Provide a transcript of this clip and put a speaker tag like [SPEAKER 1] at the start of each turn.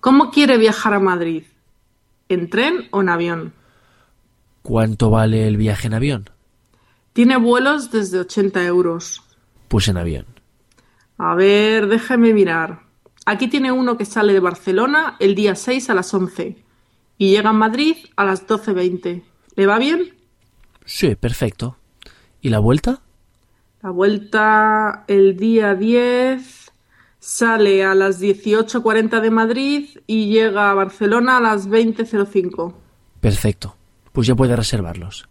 [SPEAKER 1] ¿Cómo quiere viajar a Madrid? ¿En tren o en avión?
[SPEAKER 2] ¿Cuánto vale el viaje en avión?
[SPEAKER 1] Tiene vuelos desde 80 euros.
[SPEAKER 2] Pues en avión.
[SPEAKER 1] A ver, déjame mirar. Aquí tiene uno que sale de Barcelona el día 6 a las 11 y llega a Madrid a las 12.20. ¿Le va bien?
[SPEAKER 2] Sí, perfecto. ¿Y la vuelta?
[SPEAKER 1] La vuelta el día 10 sale a las 18.40 de Madrid y llega a Barcelona a las 20.05.
[SPEAKER 2] Perfecto. Pues ya puede reservarlos.